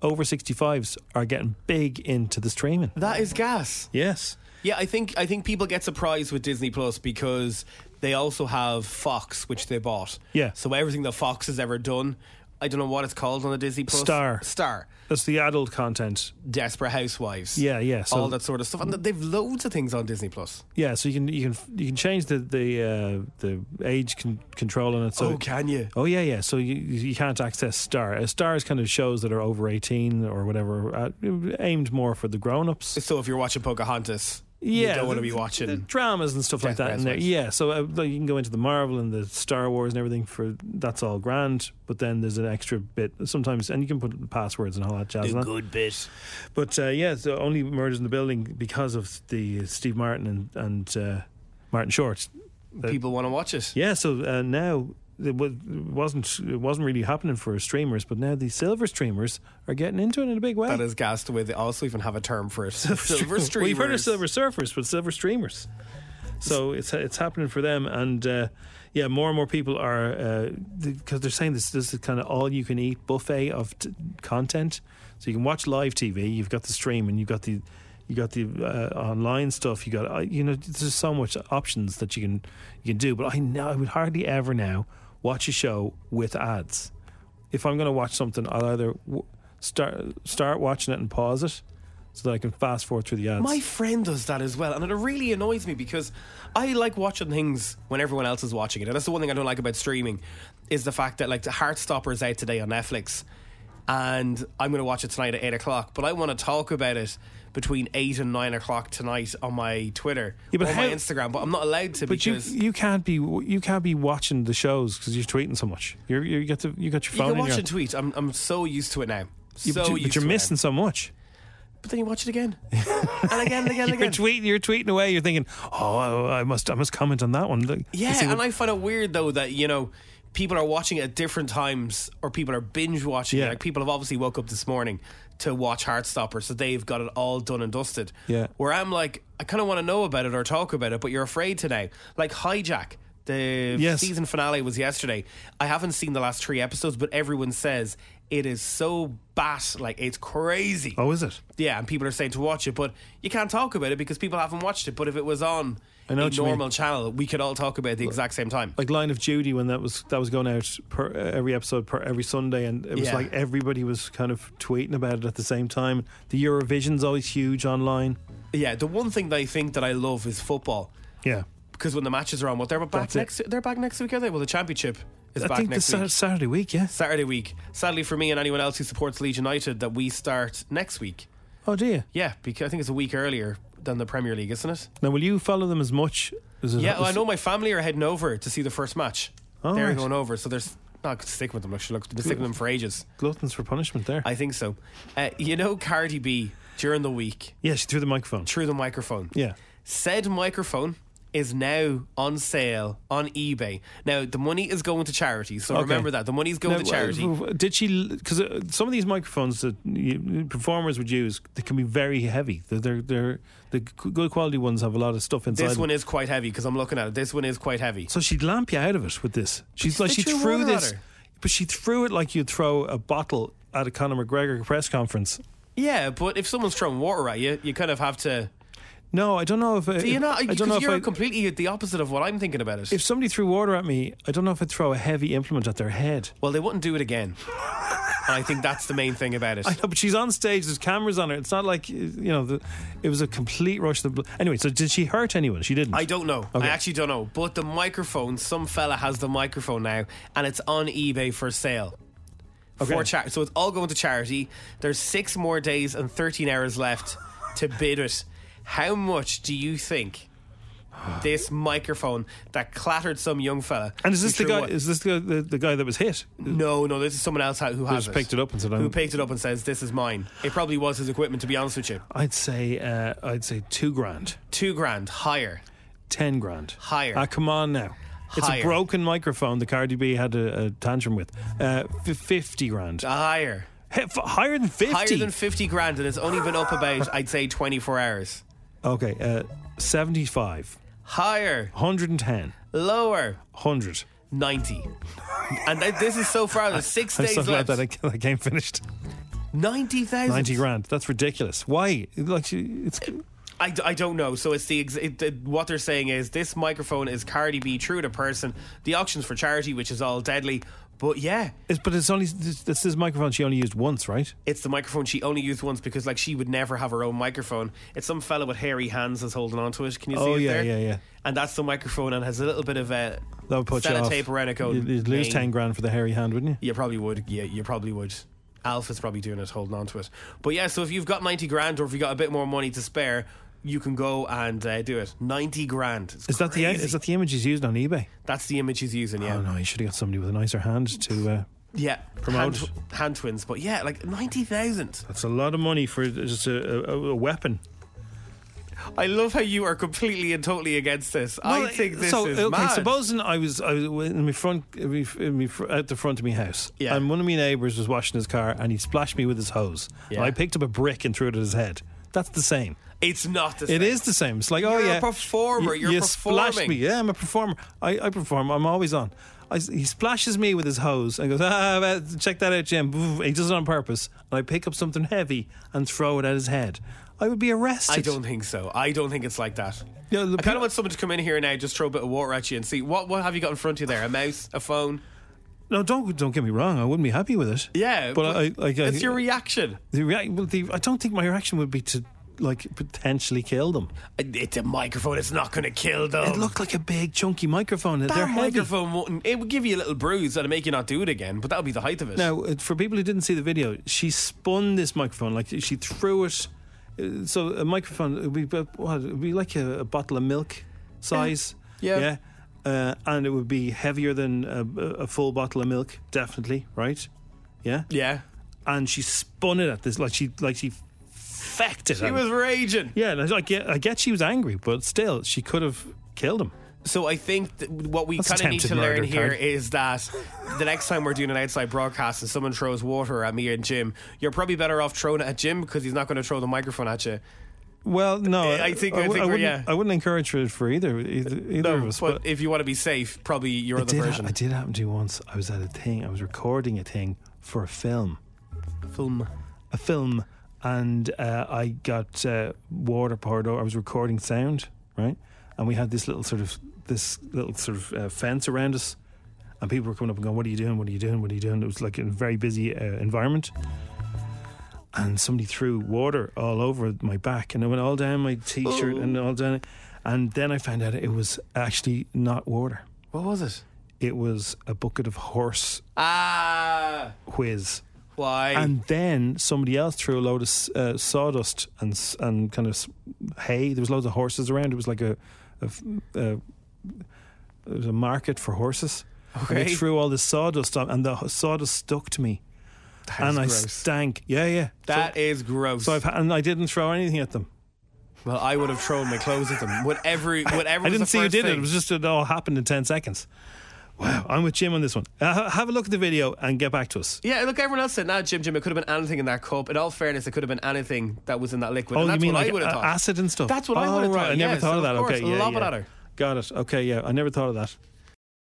S2: over 65s are getting big into the streaming.
S3: That is gas.
S2: Yes.
S3: Yeah, I think I think people get surprised with Disney Plus because they also have Fox, which they bought.
S2: Yeah.
S3: So everything that Fox has ever done, I don't know what it's called on the Disney Plus.
S2: Star.
S3: Star.
S2: That's the adult content.
S3: Desperate Housewives.
S2: Yeah, yeah, so-
S3: all that sort of stuff, and they've loads of things on Disney Plus.
S2: Yeah, so you can you can you can change the the uh, the age con- control on it. So
S3: Oh, can you?
S2: Oh yeah, yeah. So you you can't access Star. Uh, Star is kind of shows that are over eighteen or whatever, uh, aimed more for the grown ups.
S3: So if you're watching Pocahontas,
S2: yeah,
S3: you don't want to
S2: the-
S3: be watching.
S2: the dramas and stuff like that in there. Yeah, so uh, like you can go into the Marvel and the Star Wars and everything for that's all grand, but then there's an extra bit sometimes, and you can put passwords and all that jazz.
S3: The
S2: on.
S3: good bit.
S2: But uh, yeah, so only murders in the building because of the uh, Steve Martin and, and uh, Martin Short.
S3: People want to watch it.
S2: Yeah, so uh, now it wa- wasn't it wasn't really happening for streamers, but now the silver streamers are getting into it in a big way.
S3: That is gassed the way they also even have a term for it. Silver
S2: Well, you've heard of
S3: streamers.
S2: silver surfers, but silver streamers. So it's it's happening for them, and uh, yeah, more and more people are because they're saying this this is kind of all you can eat buffet of t- content. So you can watch live TV, you've got the stream, and you've got the you got the uh, online stuff. You got uh, you know there's so much options that you can you can do. But I know I would hardly ever now watch a show with ads. If I'm going to watch something, I'll either w- start start watching it and pause it so that I can fast forward through the ads.
S3: My friend does that as well, and it really annoys me because I like watching things when everyone else is watching it, and that's the one thing I don't like about streaming is the fact that like the Heartstopper is out today on Netflix, and I'm going to watch it tonight at eight o'clock, but I want to talk about it between eight and nine o'clock tonight on my Twitter
S2: Yeah, but
S3: or
S2: how-
S3: my Instagram, but I'm not allowed to
S2: But you,
S3: because
S2: you can't be you can't be watching the shows because you're tweeting so much. You're, you got to you got your
S3: you
S2: phone.
S3: can
S2: in
S3: watch
S2: your-
S3: and tweet. I'm I'm so used to it now.
S2: Yeah,
S3: so
S2: but,
S3: used
S2: you, but you're
S3: to it now.
S2: missing so much.
S3: But then you watch it again and again and again and
S2: You're
S3: again.
S2: tweeting. You're tweeting away. You're thinking, oh, I, I must I must comment on that one. Look,
S3: Yeah,
S2: see what-
S3: and I find it weird though that you know people are watching it at different times, or people are binge watching.
S2: Yeah.
S3: it. Like people have obviously woke up this morning to watch Heartstopper, so they've got it all done and dusted.
S2: Yeah.
S3: Where I'm like, I kind of want to know about it or talk about it, but you're afraid to now. Like Hijack, the
S2: Yes.
S3: season finale was yesterday. I haven't seen the last three episodes, but everyone says it is so bat, like it's crazy.
S2: oh, is it?
S3: Yeah, and people are saying to watch it, but you can't talk about it because people haven't watched it. But if it was on
S2: I know
S3: a
S2: what you mean.
S3: normal channel, we could all talk about it at the exact same time.
S2: Like Line of Duty when that was that was going out per, every episode per every Sunday, and it was
S3: Yeah.
S2: like everybody was kind of tweeting about it at the same time. The Eurovision's always huge online.
S3: Yeah, the one thing that I think that I love is football
S2: Yeah,
S3: because when the matches are on, what they're back
S2: That's it.
S3: next, they're back next week, are they? Well, the championship is
S2: I
S3: back
S2: think
S3: next
S2: the Sat-
S3: week.
S2: Saturday week. Yeah.
S3: Saturday week. Sadly for me and anyone else who supports Leeds United, that we start next week.
S2: Oh dear.
S3: Yeah, because I think it's a week earlier than the Premier League, isn't it?
S2: Now, will you follow them as much? as
S3: yeah, well, I know my family are heading over to see the first match.
S2: Oh,
S3: they're
S2: right.
S3: going over, so there's not sticking with them. Look, she looks, been sticking with them for ages.
S2: Gluttons for punishment. There.
S3: I think so. Uh, you know, Cardi B during the week
S2: yeah, she threw the microphone.
S3: through the microphone.
S2: Yeah.
S3: Said microphone is now on sale on eBay. Now the money is going to charity, so
S2: Okay.
S3: remember that the money is going
S2: Now,
S3: to charity.
S2: uh, Did she? Because uh, some of these microphones that you, performers would use, they can be very heavy. They're, they're, they're the g- good quality ones have a lot of stuff inside.
S3: This
S2: them.
S3: one is quite heavy because I'm looking at it. This one is quite heavy.
S2: So she'd lamp you out of it with this. She's like
S3: they
S2: she
S3: threw
S2: threw
S3: water at
S2: this,
S3: her.
S2: but she threw it like you'd throw a bottle at a Conor McGregor press conference.
S3: Yeah, but if someone's throwing water at you, you kind of have to.
S2: No, I don't know if
S3: Do you know?
S2: I don't know if
S3: you're
S2: I,
S3: completely the opposite of what I'm thinking about it.
S2: if somebody threw water at me, I don't know if I'd throw a heavy implement at their head.
S3: well, they wouldn't do it again. and I think that's the main thing about it.
S2: I know, but she's on stage. There's cameras on her. It's not like you know. The, it was a complete rush. Of the bl- anyway. So did she hurt anyone? She didn't.
S3: I don't know.
S2: Okay.
S3: I actually don't know. But the microphone, some fella has the microphone now, and it's on eBay for sale.
S2: Okay.
S3: For charity. So it's all going to charity. There's six more days and 13 hours left to bid it. How much do you think this microphone that clattered some young fella?
S2: And is this
S3: who
S2: the
S3: threw
S2: guy?
S3: what-
S2: Is this the, the the guy that was hit?
S3: Oh, no, no, this is someone else who has
S2: just picked it up and said,
S3: Who
S2: "I'm-"
S3: picked it up and says, "This is mine." It probably was his equipment, to be honest with you.
S2: I'd say uh, I'd say two grand,
S3: Two grand higher.
S2: ten grand,
S3: Higher.
S2: Ah, come on now. It's a
S3: Higher.
S2: broken microphone. The Cardi B had a, a tantrum with. Uh, f- fifty grand.
S3: Uh, Higher.
S2: He- f- higher than fifty.
S3: Higher than 50 grand, and it's only been up about, I'd say, 24 hours.
S2: Okay, uh, 75,
S3: Higher,
S2: 110,
S3: lower,
S2: 100.
S3: 90. And th- this is so far, there's six
S2: I'm
S3: days
S2: so glad
S3: left.
S2: that I- that game finished.
S3: 90,000.
S2: 90 grand. That's ridiculous. Why? Like, it's
S3: I, d- I don't know. So it's the ex- it, it- what they're saying is this microphone is Cardi B true to person. The auction's for charity, which is all deadly. But yeah,
S2: It's, but it's only this, this is microphone she only used once, right?
S3: it's the microphone she only used once because like she would never have her own microphone. It's some fella with hairy hands that's holding onto it. Can you see
S2: Oh,
S3: it
S2: yeah,
S3: there?
S2: yeah, yeah.
S3: And that's the microphone and has a little bit of uh, a
S2: That would put you off.
S3: sellotape around it going.
S2: You'd, you'd lose
S3: "Name."
S2: ten grand for the hairy hand, wouldn't you?
S3: You probably would. Yeah, you probably would. Alf is probably doing it, holding on to it. But yeah, so if you've got 90 grand or if you've got a bit more money to spare, you can go and uh, do it. Ninety grand. It's
S2: Is that the
S3: crazy.
S2: is that the image he's used on eBay?
S3: That's the image he's using. Yeah.
S2: Oh no, he should have got somebody with a nicer hand to. Uh,
S3: Yeah,
S2: Promote.
S3: hand, tw- hand twins, but yeah, like ninety thousand.
S2: that's a lot of money for just a, a, a weapon.
S3: I love how you are completely and totally against this. I
S2: Well,
S3: think this
S2: so,
S3: is
S2: okay,
S3: mad.
S2: Supposing I was I was in my front in my- in my fr- out the front of my house,
S3: Yeah.
S2: and one of my neighbours was washing his car, and he splashed me with his hose,
S3: Yeah.
S2: and I picked up a brick and threw it at his head. That's the same.
S3: it's not the
S2: It is
S3: same.
S2: the same. It's like, oh
S3: You're a
S2: yeah,
S3: performer.
S2: You,
S3: You're
S2: you splashed me.
S3: performing.
S2: Yeah, I'm a performer. I, I perform. I'm always on. I s he splashes me with his hose and goes, ah, well, check that out, Jim. Boof. He does it on purpose. And I pick up something heavy and throw it at his head. I would be arrested.
S3: I don't think so. I don't think it's like that.
S2: Yeah,
S3: I kind of want someone to come in here now, just throw a bit of water at you, and see what what have you got in front of you there? A mouse, a phone.
S2: No, don't don't get me wrong. I wouldn't be happy with it.
S3: Yeah,
S2: but, I, I, I,
S3: it's your reaction.
S2: The react, well, the, I don't think my reaction would be to like potentially kill them.
S3: It's a microphone. It's not going to kill them.
S2: It looked like a big chunky microphone.
S3: that
S2: They're heavy.
S3: microphone wouldn't. It would give you a little bruise that'd make you not do it again. But that would be the height of it.
S2: Now, uh, for people who didn't see the video, she spun this microphone like she threw it. uh, So a microphone it would be about- what? It would be like a, a bottle of milk size.
S3: Yeah.
S2: Yeah. Uh, and it would be heavier than a, a full bottle of milk, definitely, right? Yeah.
S3: Yeah.
S2: And she spun it at this like she like she fecked it.
S3: She
S2: at him.
S3: was raging.
S2: Yeah, and I, I get I get she was angry, but still she could have killed him.
S3: So I think that what we
S2: That's
S3: kind of need
S2: attempted
S3: to learn
S2: murder,
S3: here
S2: Karen.
S3: is that the next time we're doing an outside broadcast and someone throws water at me and Jim, you're probably better off throwing it at Jim because he's not going to throw the microphone at you.
S2: Well, no,
S3: I- I think- I think we're-
S2: wouldn't,
S3: yeah.
S2: I wouldn't encourage it for either either, either
S3: No,
S2: of us.
S3: but if you want to be safe, probably your
S2: It
S3: other
S2: did,
S3: version.
S2: It did happen to me once. I was at a thing. I was recording a thing for a film,
S3: film,
S2: a film, and uh, I got uh, water poured over. I was recording sound, right? And we had this little sort of this little sort of uh, fence around us, and people were coming up and going, "What are you doing? What are you doing? What are you doing?" It was like a very busy uh, environment. And somebody threw water all over my back, and it went all down my t-shirt and all down. And then I found out it was actually not water.
S3: What was it?
S2: It was a bucket of horse
S3: Ah,
S2: whiz.
S3: why?
S2: And then somebody else threw a load of uh, sawdust and s- and kind of s- hay. There was loads of horses around. It was like a, a f- uh, it was a market for horses. And
S3: Okay.
S2: they threw all the sawdust on, and the h- sawdust stuck to me,
S3: That
S2: and
S3: is
S2: I
S3: gross.
S2: stank. Yeah, yeah.
S3: That is gross.
S2: So I've ha- and I didn't throw anything at them.
S3: well, I would have thrown my clothes at them. Whatever, whatever.
S2: I
S3: was
S2: didn't
S3: the
S2: see who
S3: first
S2: did it.
S3: thing.
S2: It was just it all happened in ten seconds. Wow, I'm with Jim on this one. Uh, ha- have a look at the video and get back to us.
S3: Yeah, look, everyone else said, nah, Jim, Jim, it could have been anything in that cup. In all fairness, it could have been anything that was in that liquid.
S2: Oh,
S3: and
S2: you
S3: that's
S2: mean
S3: what
S2: like
S3: I would have
S2: a-
S3: thought.
S2: acid and stuff?
S3: That's what I
S2: Oh,
S3: would have
S2: right.
S3: thought.
S2: I never
S3: Yeah,
S2: thought
S3: so
S2: of that.
S3: course,
S2: okay, yeah,
S3: lob it
S2: yeah.
S3: at her.
S2: Got it. Okay, yeah, I never thought of that.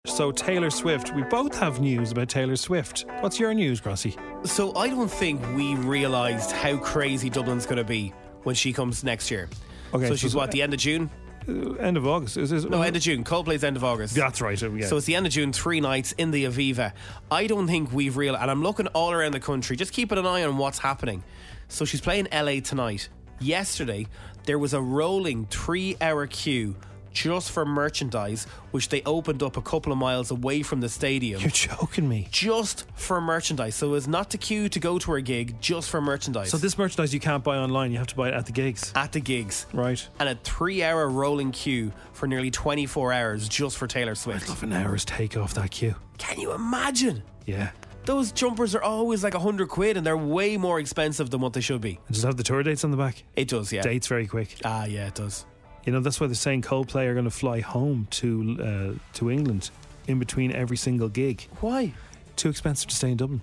S2: So Taylor Swift, we both have news about Taylor Swift. What's your news, Grossi?
S3: So I don't think we realised how crazy Dublin's going to be when she comes next year.
S2: Okay,
S3: so
S2: so-
S3: she's what the end of June?
S2: Uh, end of August is this?
S3: No, end of June. Coldplay's end of August.
S2: That's right. uh, Yeah.
S3: So it's the end of June, three nights in the Aviva. I don't think we've real, and I'm looking all around the country, just keeping an eye on what's happening. So she's playing LA tonight. Yesterday, there was a rolling three hour queue just for merchandise, which they opened up a couple of miles away from the stadium.
S2: You're joking me.
S3: Just for merchandise. So it's not to queue to go to her gig, just for merchandise.
S2: So this merchandise you can't buy online. You have to buy it at the gigs.
S3: at the gigs.
S2: Right.
S3: And a three hour rolling queue for nearly 24 hours just for Taylor Swift.
S2: Half an hour's take off that queue.
S3: Can you imagine?
S2: Yeah.
S3: Those jumpers are always like 100 quid and they're way more expensive than what they should be.
S2: And does it have the tour dates on the back?
S3: It does, yeah.
S2: Dates very quick.
S3: Ah, yeah, it does.
S2: You know that's why they're saying Coldplay are going to fly home to uh, to England in between every single gig.
S3: Why?
S2: Too expensive to stay in Dublin.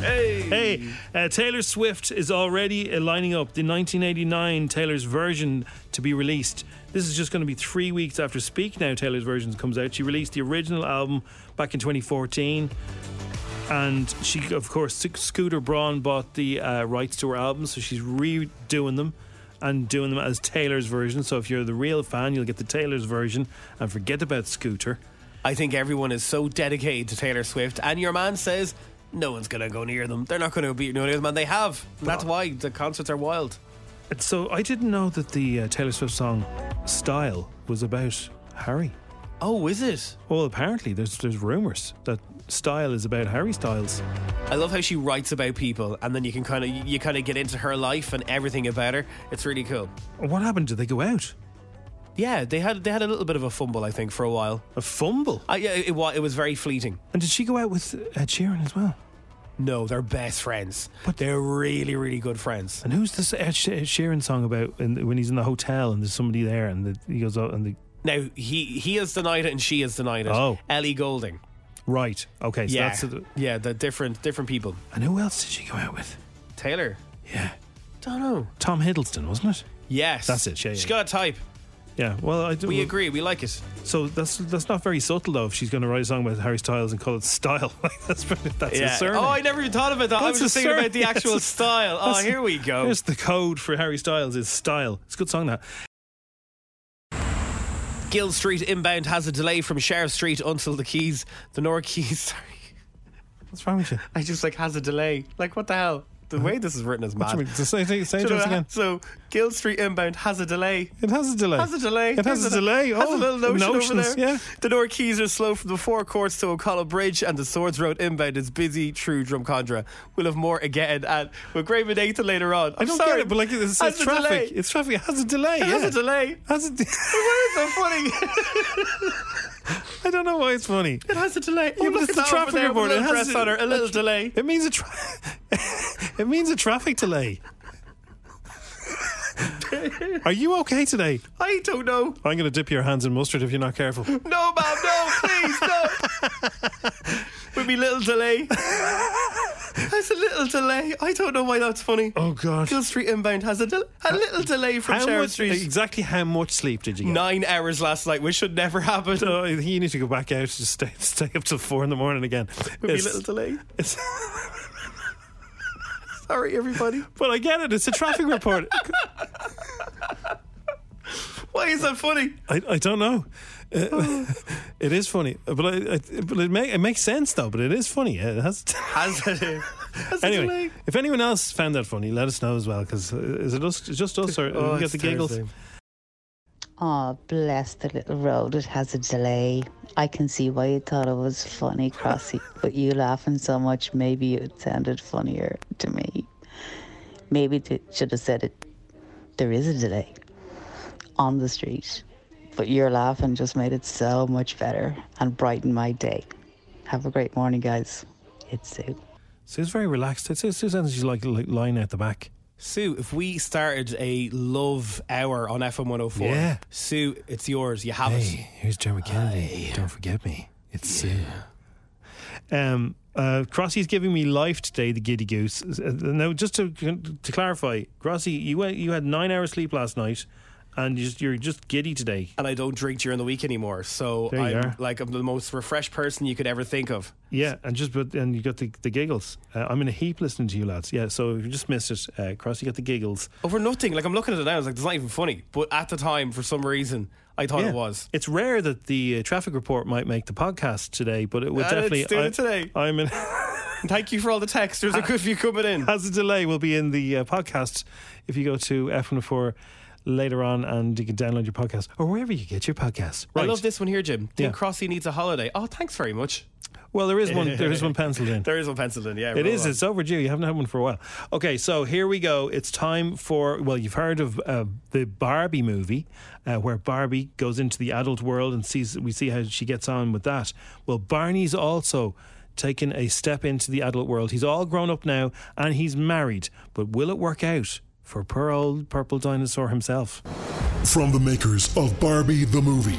S2: Hey, uh, Taylor Swift is already uh, lining up the 1989 Taylor's version to be released. This is just going to be three weeks after Speak Now Taylor's version comes out. She released the original album back in 2014. And she, of course, Sc- Scooter Braun bought the uh, rights to her album, so she's redoing them and doing them as Taylor's version. So if you're the real fan, you'll get the Taylor's version and forget about Scooter.
S3: I think everyone is so dedicated to Taylor Swift, and your man says no one's going to go near them. They're not going to beat no other man. They have. And that's why the concerts are wild.
S2: And So I didn't know that the uh, Taylor Swift song "Style" was about Harry.
S3: Oh, is it?
S2: Well, apparently there's there's rumours that Style is about Harry Styles.
S3: I love how she writes about people, and then you can kind of you kind of get into her life and everything about her. It's really cool.
S2: What happened? Did they go out?
S3: Yeah, they had they had a little bit of a fumble, I think, for a while.
S2: A fumble?
S3: I, yeah, it, wa- it was very fleeting.
S2: And did she go out with Ed Sheeran as well?
S3: No, they're best friends. But they're really, really good friends.
S2: And who's this Ed She- Ed Sheeran song about in, when he's in the hotel and there's somebody there and the, he goes out and the
S3: Now he he has denied it and she has denied it.
S2: Oh.
S3: Ellie Golding.
S2: right? Okay, so
S3: yeah,
S2: that's the,
S3: yeah, the different different people.
S2: and who else did she go out with?
S3: Taylor.
S2: Yeah.
S3: Don't know.
S2: Tom Hiddleston, wasn't it?
S3: Yes,
S2: That's it. Yeah, yeah.
S3: She's got a type.
S2: Yeah. Well, I do.
S3: We agree. We like it.
S2: So that's that's not very subtle though. If she's going to write a song about Harry Styles and call it Style, like that's that's a surname.
S3: Oh, I never even thought about that. I was
S2: That's
S3: just
S2: a
S3: thinking about
S2: surname.
S3: the actual
S2: That's a-
S3: style. Oh,
S2: that's a-
S3: here we go.
S2: Here's the code for Harry Styles is Style. It's a good song that.
S3: Gill Street inbound has a delay from Sheriff Street until the Keys, the North Keys. Sorry,
S2: What's wrong with you?
S3: I just like has a delay. Like what the hell? The way this is written is
S2: What
S3: mad.
S2: do you mean? Just say say, say it
S3: So
S2: to us
S3: the-
S2: again.
S3: So Gill Street inbound has a delay.
S2: It has a delay.
S3: Has a delay.
S2: It has
S3: Here's
S2: a delay.
S3: Has a
S2: Oh,
S3: little notion
S2: notions,
S3: over there.
S2: yeah.
S3: The North Keys are slow from the four courts to O'Connell Bridge, and the Swords Road inbound is busy. True Drumcondra. We'll have more again at with Graham and Nathan later on. I'm
S2: I don't
S3: sorry,
S2: get it, but like it's,
S3: Has
S2: it's
S3: a
S2: traffic.
S3: delay.
S2: It's traffic. It has a delay.
S3: It has
S2: yeah.
S3: a delay.
S2: Has a de-
S3: Why is it funny?
S2: I don't know why it's funny.
S3: It has a delay.
S2: Oh, look,
S3: at
S2: it's a
S3: that
S2: traffic
S3: over there with
S2: report.
S3: A little
S2: It has
S3: press on her, a little delay.
S2: It means a tra- it means a traffic delay. Are you okay today?
S3: I don't know.
S2: I'm going to dip your hands in mustard if you're not careful.
S3: No, ma'am, no, please, no. With me little delay. That's a little delay. I don't know why that's funny.
S2: Oh God! Uh,
S3: Gill Street inbound has a, del- a little delay from
S2: How
S3: Sheriff
S2: much,
S3: Street.
S2: exactly how much sleep did you get?
S3: Nine hours last night, which should never happen.
S2: No, I think you need to go back out. Just stay, stay up till four in the morning again.
S3: With me
S2: It's-
S3: little delay.
S2: it's-
S3: Sorry, everybody.
S2: but I get it. It's a traffic report.
S3: Why is that funny?
S2: I, I don't know. Uh,
S3: Oh.
S2: it is funny, but I, I, but it, make, it makes sense though. But it is funny. It has.
S3: Has a, has a
S2: anyway,
S3: delay.
S2: if anyone else found that funny, let us know as well. Because is it us, just us, or
S3: Oh,
S2: we got
S3: it's
S2: the giggles?
S3: Thursday.
S13: Oh, bless the little road. It has a delay. I can see why you thought it was funny, Crossy, but you laughing so much, maybe it sounded funnier to me. Maybe they should have said it. There is a delay on the street, but your laughing just made it so much better and brightened my day. Have a great morning, guys. It's Sue.
S2: Sue's very relaxed. It's, it's, Sue's energy's like, like lying out the back.
S3: Sue, if we started a love hour on FM 104,
S2: Yeah.
S3: Sue, it's yours. You have it.
S2: Hey, here's Jeremy Kennedy. Don't forget me. It's uh, Sue. Um, uh, Crossy's giving me life today, the giddy goose. Uh, Now, just to to clarify, Crossy, you went, you had nine hours sleep last night, and you just, you're just giddy today.
S3: and I don't drink during the week anymore. So
S2: There you
S3: I'm
S2: are.
S3: like I'm the most refreshed person you could ever think of.
S2: Yeah, and just but and you got the, the giggles. Uh, I'm in a heap listening to you lads. Yeah, so if you just missed it, uh, Crossy got the giggles.
S3: Over nothing. Like I'm looking at it now, I was like, it's not even funny. But at the time, for some reason, I thought
S2: Yeah.
S3: it was.
S2: It's rare that the uh, traffic report might make the podcast today, but it would
S3: And
S2: definitely.
S3: Uh, it's doing it today.
S2: I'm in.
S3: And thank you for all the texts. There's a good few coming in.
S2: has a delay will be in the uh, podcast if you go to F104 later on and you can download your podcast or wherever you get your podcast. Right.
S3: I love this one here, Jim. Think
S2: Yeah.
S3: Crossy needs a holiday. Oh, thanks very much.
S2: Well, there is one. There is one penciled in.
S3: There is one penciled in. Yeah,
S2: It
S3: roll
S2: is.
S3: on.
S2: It's overdue. You haven't had one for a while. Okay, so here we go. It's time for. Well, you've heard of uh, the Barbie movie, uh, where Barbie goes into the adult world and sees. We see how she gets on with that. Well, Barney's also taken a step into the adult world. He's all grown up now and he's married. But will it work out for poor old purple dinosaur himself?
S14: From the makers of Barbie the movie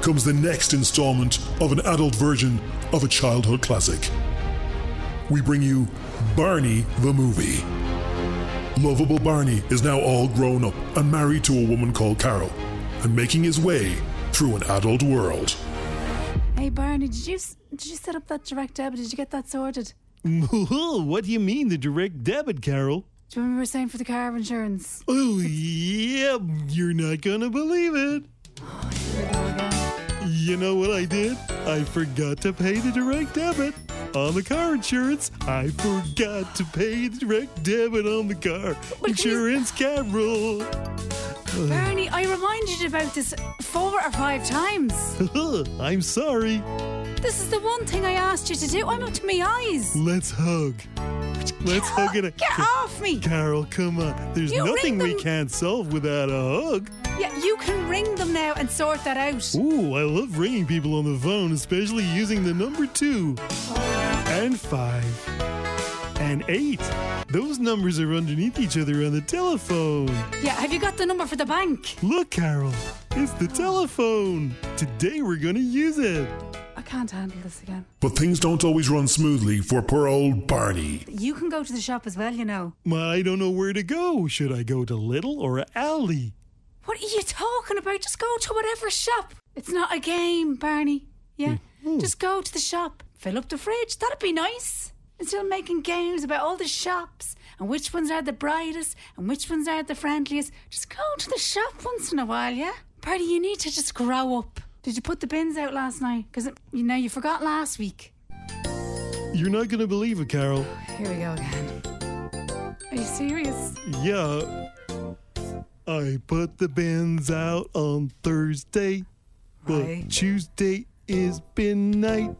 S14: comes the next installment of an adult version of a childhood classic. We bring you Barney the movie. Lovable Barney is now all grown up and married to a woman called Carol and making his way through an adult world.
S15: Hey Barney, did you s- did you set up that direct debit? Did you get that sorted?
S2: what do you mean the direct debit, Carol?
S15: Do you remember we were saying for the car insurance?
S2: Oh, yeah, you're not gonna believe it. You know what I did? I forgot to pay the direct debit on the car insurance. I forgot to pay the direct debit on the car insurance, Carol.
S15: Bernie, I reminded you about this four or five times.
S16: I'm sorry.
S15: This is the one thing I asked you to do. I'm up to my eyes.
S16: Let's hug. Let's hug it.
S15: Get off me.
S16: Carol, come on. There's
S15: You ring
S16: nothing we
S15: them.
S16: can't solve without a hug.
S15: Yeah, you can ring them now and sort that out.
S16: Ooh, I love ringing people on the phone, especially using the number two and five and eight. Those numbers are underneath each other on the telephone.
S15: Yeah, have you got the number for the bank?
S16: Look, Carol, it's the telephone. Today we're going to use it.
S15: I can't handle this again.
S14: But things don't always run smoothly for poor old Barney.
S15: You can go to the shop as well, you know.
S16: I don't know where to go. Should I go to Little or Aldi?
S15: What are you talking about? Just go to whatever shop. It's not a game, Barney. Yeah? Just go to the shop, fill up the fridge. That'd be nice. Instead of making games about all the shops and which ones are the brightest and which ones are the friendliest, just go to the shop once in a while, yeah? Barney, you need to just grow up. Did you put the bins out last night? Because, you know, you forgot last week.
S16: You're not going to believe it, Carol.
S15: Here we go again. Are you serious?
S16: Yeah. I put the bins out on Thursday, but Tuesday is bin night.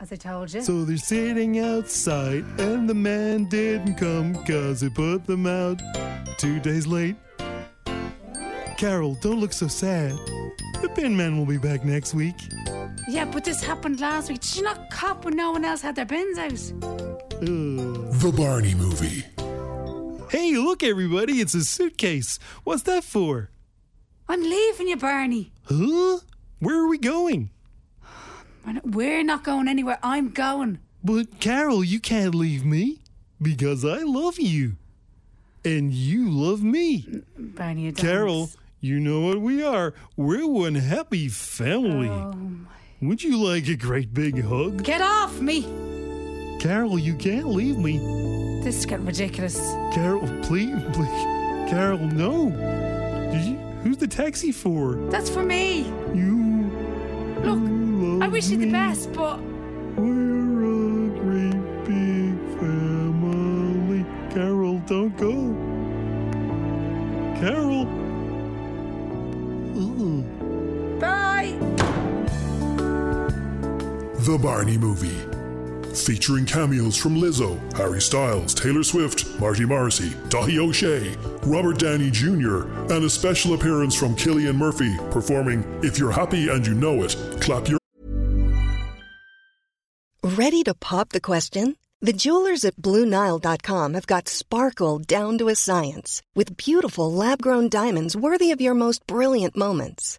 S15: As I told you.
S16: So they're sitting outside, and the man didn't come because I put them out two days late. Carol, don't look so sad. The bin man will be back next week.
S15: Yeah, but this happened last week. Did you not cop when no one else had their bins out?
S14: The Barney Movie.
S16: Hey, look, everybody, it's a suitcase. What's that for?
S15: I'm leaving you, Barney.
S16: Huh? Where are we going?
S15: We're not- We're not going anywhere. I'm going.
S16: But, Carol, you can't leave me because I love you. And you love me.
S15: Barney, you don't.
S16: Carol, you know what we are. We're one happy family. Would you like a great big hug?
S15: Get off me.
S16: Carol, you can't leave me.
S15: This is getting ridiculous.
S16: Carol, please, please. Carol, no. Did you, who's the taxi for?
S15: That's for me.
S16: You.
S15: Look, I wish you the best, but.
S16: We're a great big family. Carol, don't go. Carol. Ooh.
S15: Bye.
S14: The Barney Movie. Featuring cameos from Lizzo, Harry Styles, Taylor Swift, Marty Morrissey, Dahi O'Shea, Robert Downey Jr., and a special appearance from Killian Murphy performing If You're Happy and You Know It, Clap Your
S17: Ready to pop the question? The jewelers at BlueNile.com have got sparkle down to a science with beautiful lab grown diamonds worthy of your most brilliant moments.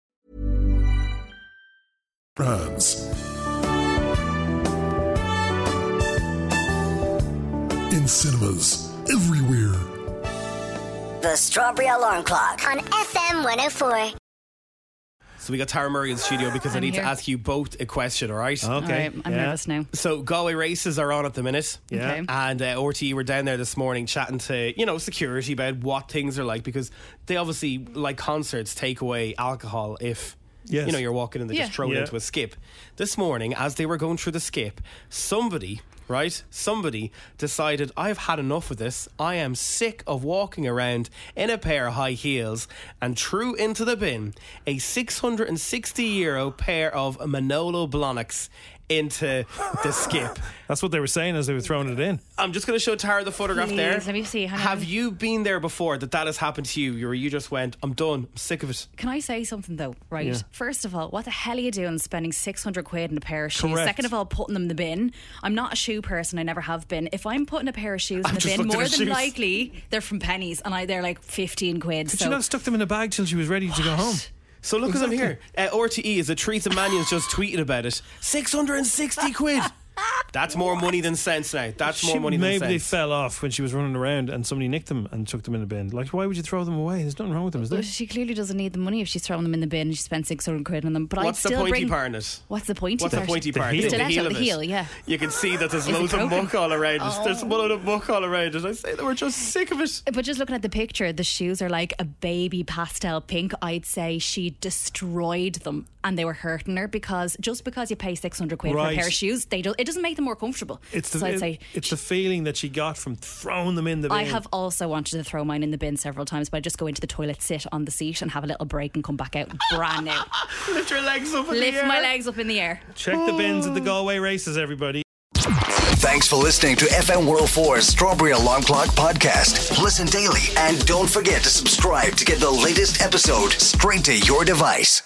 S14: Hands. In cinemas, everywhere.
S4: The Strawberry Alarm Clock on FM 104.
S3: So we got Tara Murray in the studio because i
S4: I'm
S3: need
S4: here.
S3: to ask you both a question, all right?
S4: Okay, All right, I'm yeah. nervous now.
S3: So Galway races are on at the minute.
S4: Yeah. Okay.
S3: And uh, RTE were down there this morning chatting to, you know, security about what things are like because they obviously, like concerts, take away alcohol if,
S2: Yes.
S3: you know, you're walking and they just
S2: Yeah.
S3: throw it
S2: Yeah.
S3: into a skip. This morning, as they were going through the skip, somebody, right, somebody decided, I've had enough of this. I am sick of walking around in a pair of high heels and threw into the bin a 660 euro pair of Manolo Blahniks into the skip.
S2: That's what they were saying as they were throwing it in.
S3: I'm just going to show Tara the photograph
S18: Please, uh,
S3: there.
S18: let me see. Hang on.
S3: Have you been there before that that has happened to you? Where you just went, I'm done. I'm sick of it.
S18: Can I say something though? Right.
S3: Yeah.
S18: First of all, what the hell are you doing spending 600 quid in a pair of shoes?
S3: Correct.
S18: Second of all, putting them in the bin. I'm not a shoe person. I never have been. If I'm putting a pair of shoes
S2: I've
S18: in the
S2: just
S18: bin,
S2: looked at
S18: more
S2: his
S18: than
S2: shoes.
S18: likely they're from pennies and I, they're like 15 quid.
S2: Did
S18: so
S2: she not stuck them in a bag till she was ready to go home?
S3: So look at them here. Uh, RTE is a Teresa Mannion's just tweeted about it. 660 quid. That's more money than sense now. That's more
S2: She-
S3: money
S2: maybe
S3: than
S2: they
S3: sense.
S2: fell off when she was running around and somebody nicked them and took them in a bin. Like, why would you throw them away? There's nothing wrong with them, is
S18: Well,
S2: there?
S18: she clearly doesn't need the money if she's throwing them in the bin and she spent 600 quid on them. But
S3: What's
S18: I'd
S3: the
S18: still
S3: pointy
S18: bring...
S3: part in it?
S18: What's the pointy
S3: What's the
S18: part?
S3: pointy part?
S18: The
S3: It's the
S18: stiletto,
S3: heel of
S18: the
S3: it.
S18: heel, yeah.
S3: You can see that there's
S18: Is it
S3: loads of
S18: broken?
S3: muck all around us.
S18: Oh.
S3: There's a load of muck all around us. I say that we're just sick of it.
S18: But just looking at the picture, the shoes are like a baby pastel pink. I'd say she destroyed them and they were hurting her because just because you pay 600 quid for
S2: Right.
S18: a pair of shoes, they do, it doesn't make them more comfortable.
S2: It's the
S18: so I'd
S2: it-
S18: say
S2: it's the feeling that she got from throwing them in the bin.
S18: I have also wanted to throw mine in the bin several times, but I just go into the toilet, sit on the seat, and have a little break and come back out brand new.
S3: Lift your legs up in
S18: Lift
S3: the air.
S18: my legs up in the air.
S2: Check
S16: Oh.
S2: the bins at the Galway races, everybody.
S1: Thanks for listening to FM 104's Strawberry Alarm Clock podcast. Listen daily and don't forget to subscribe to get the latest episode straight to your device.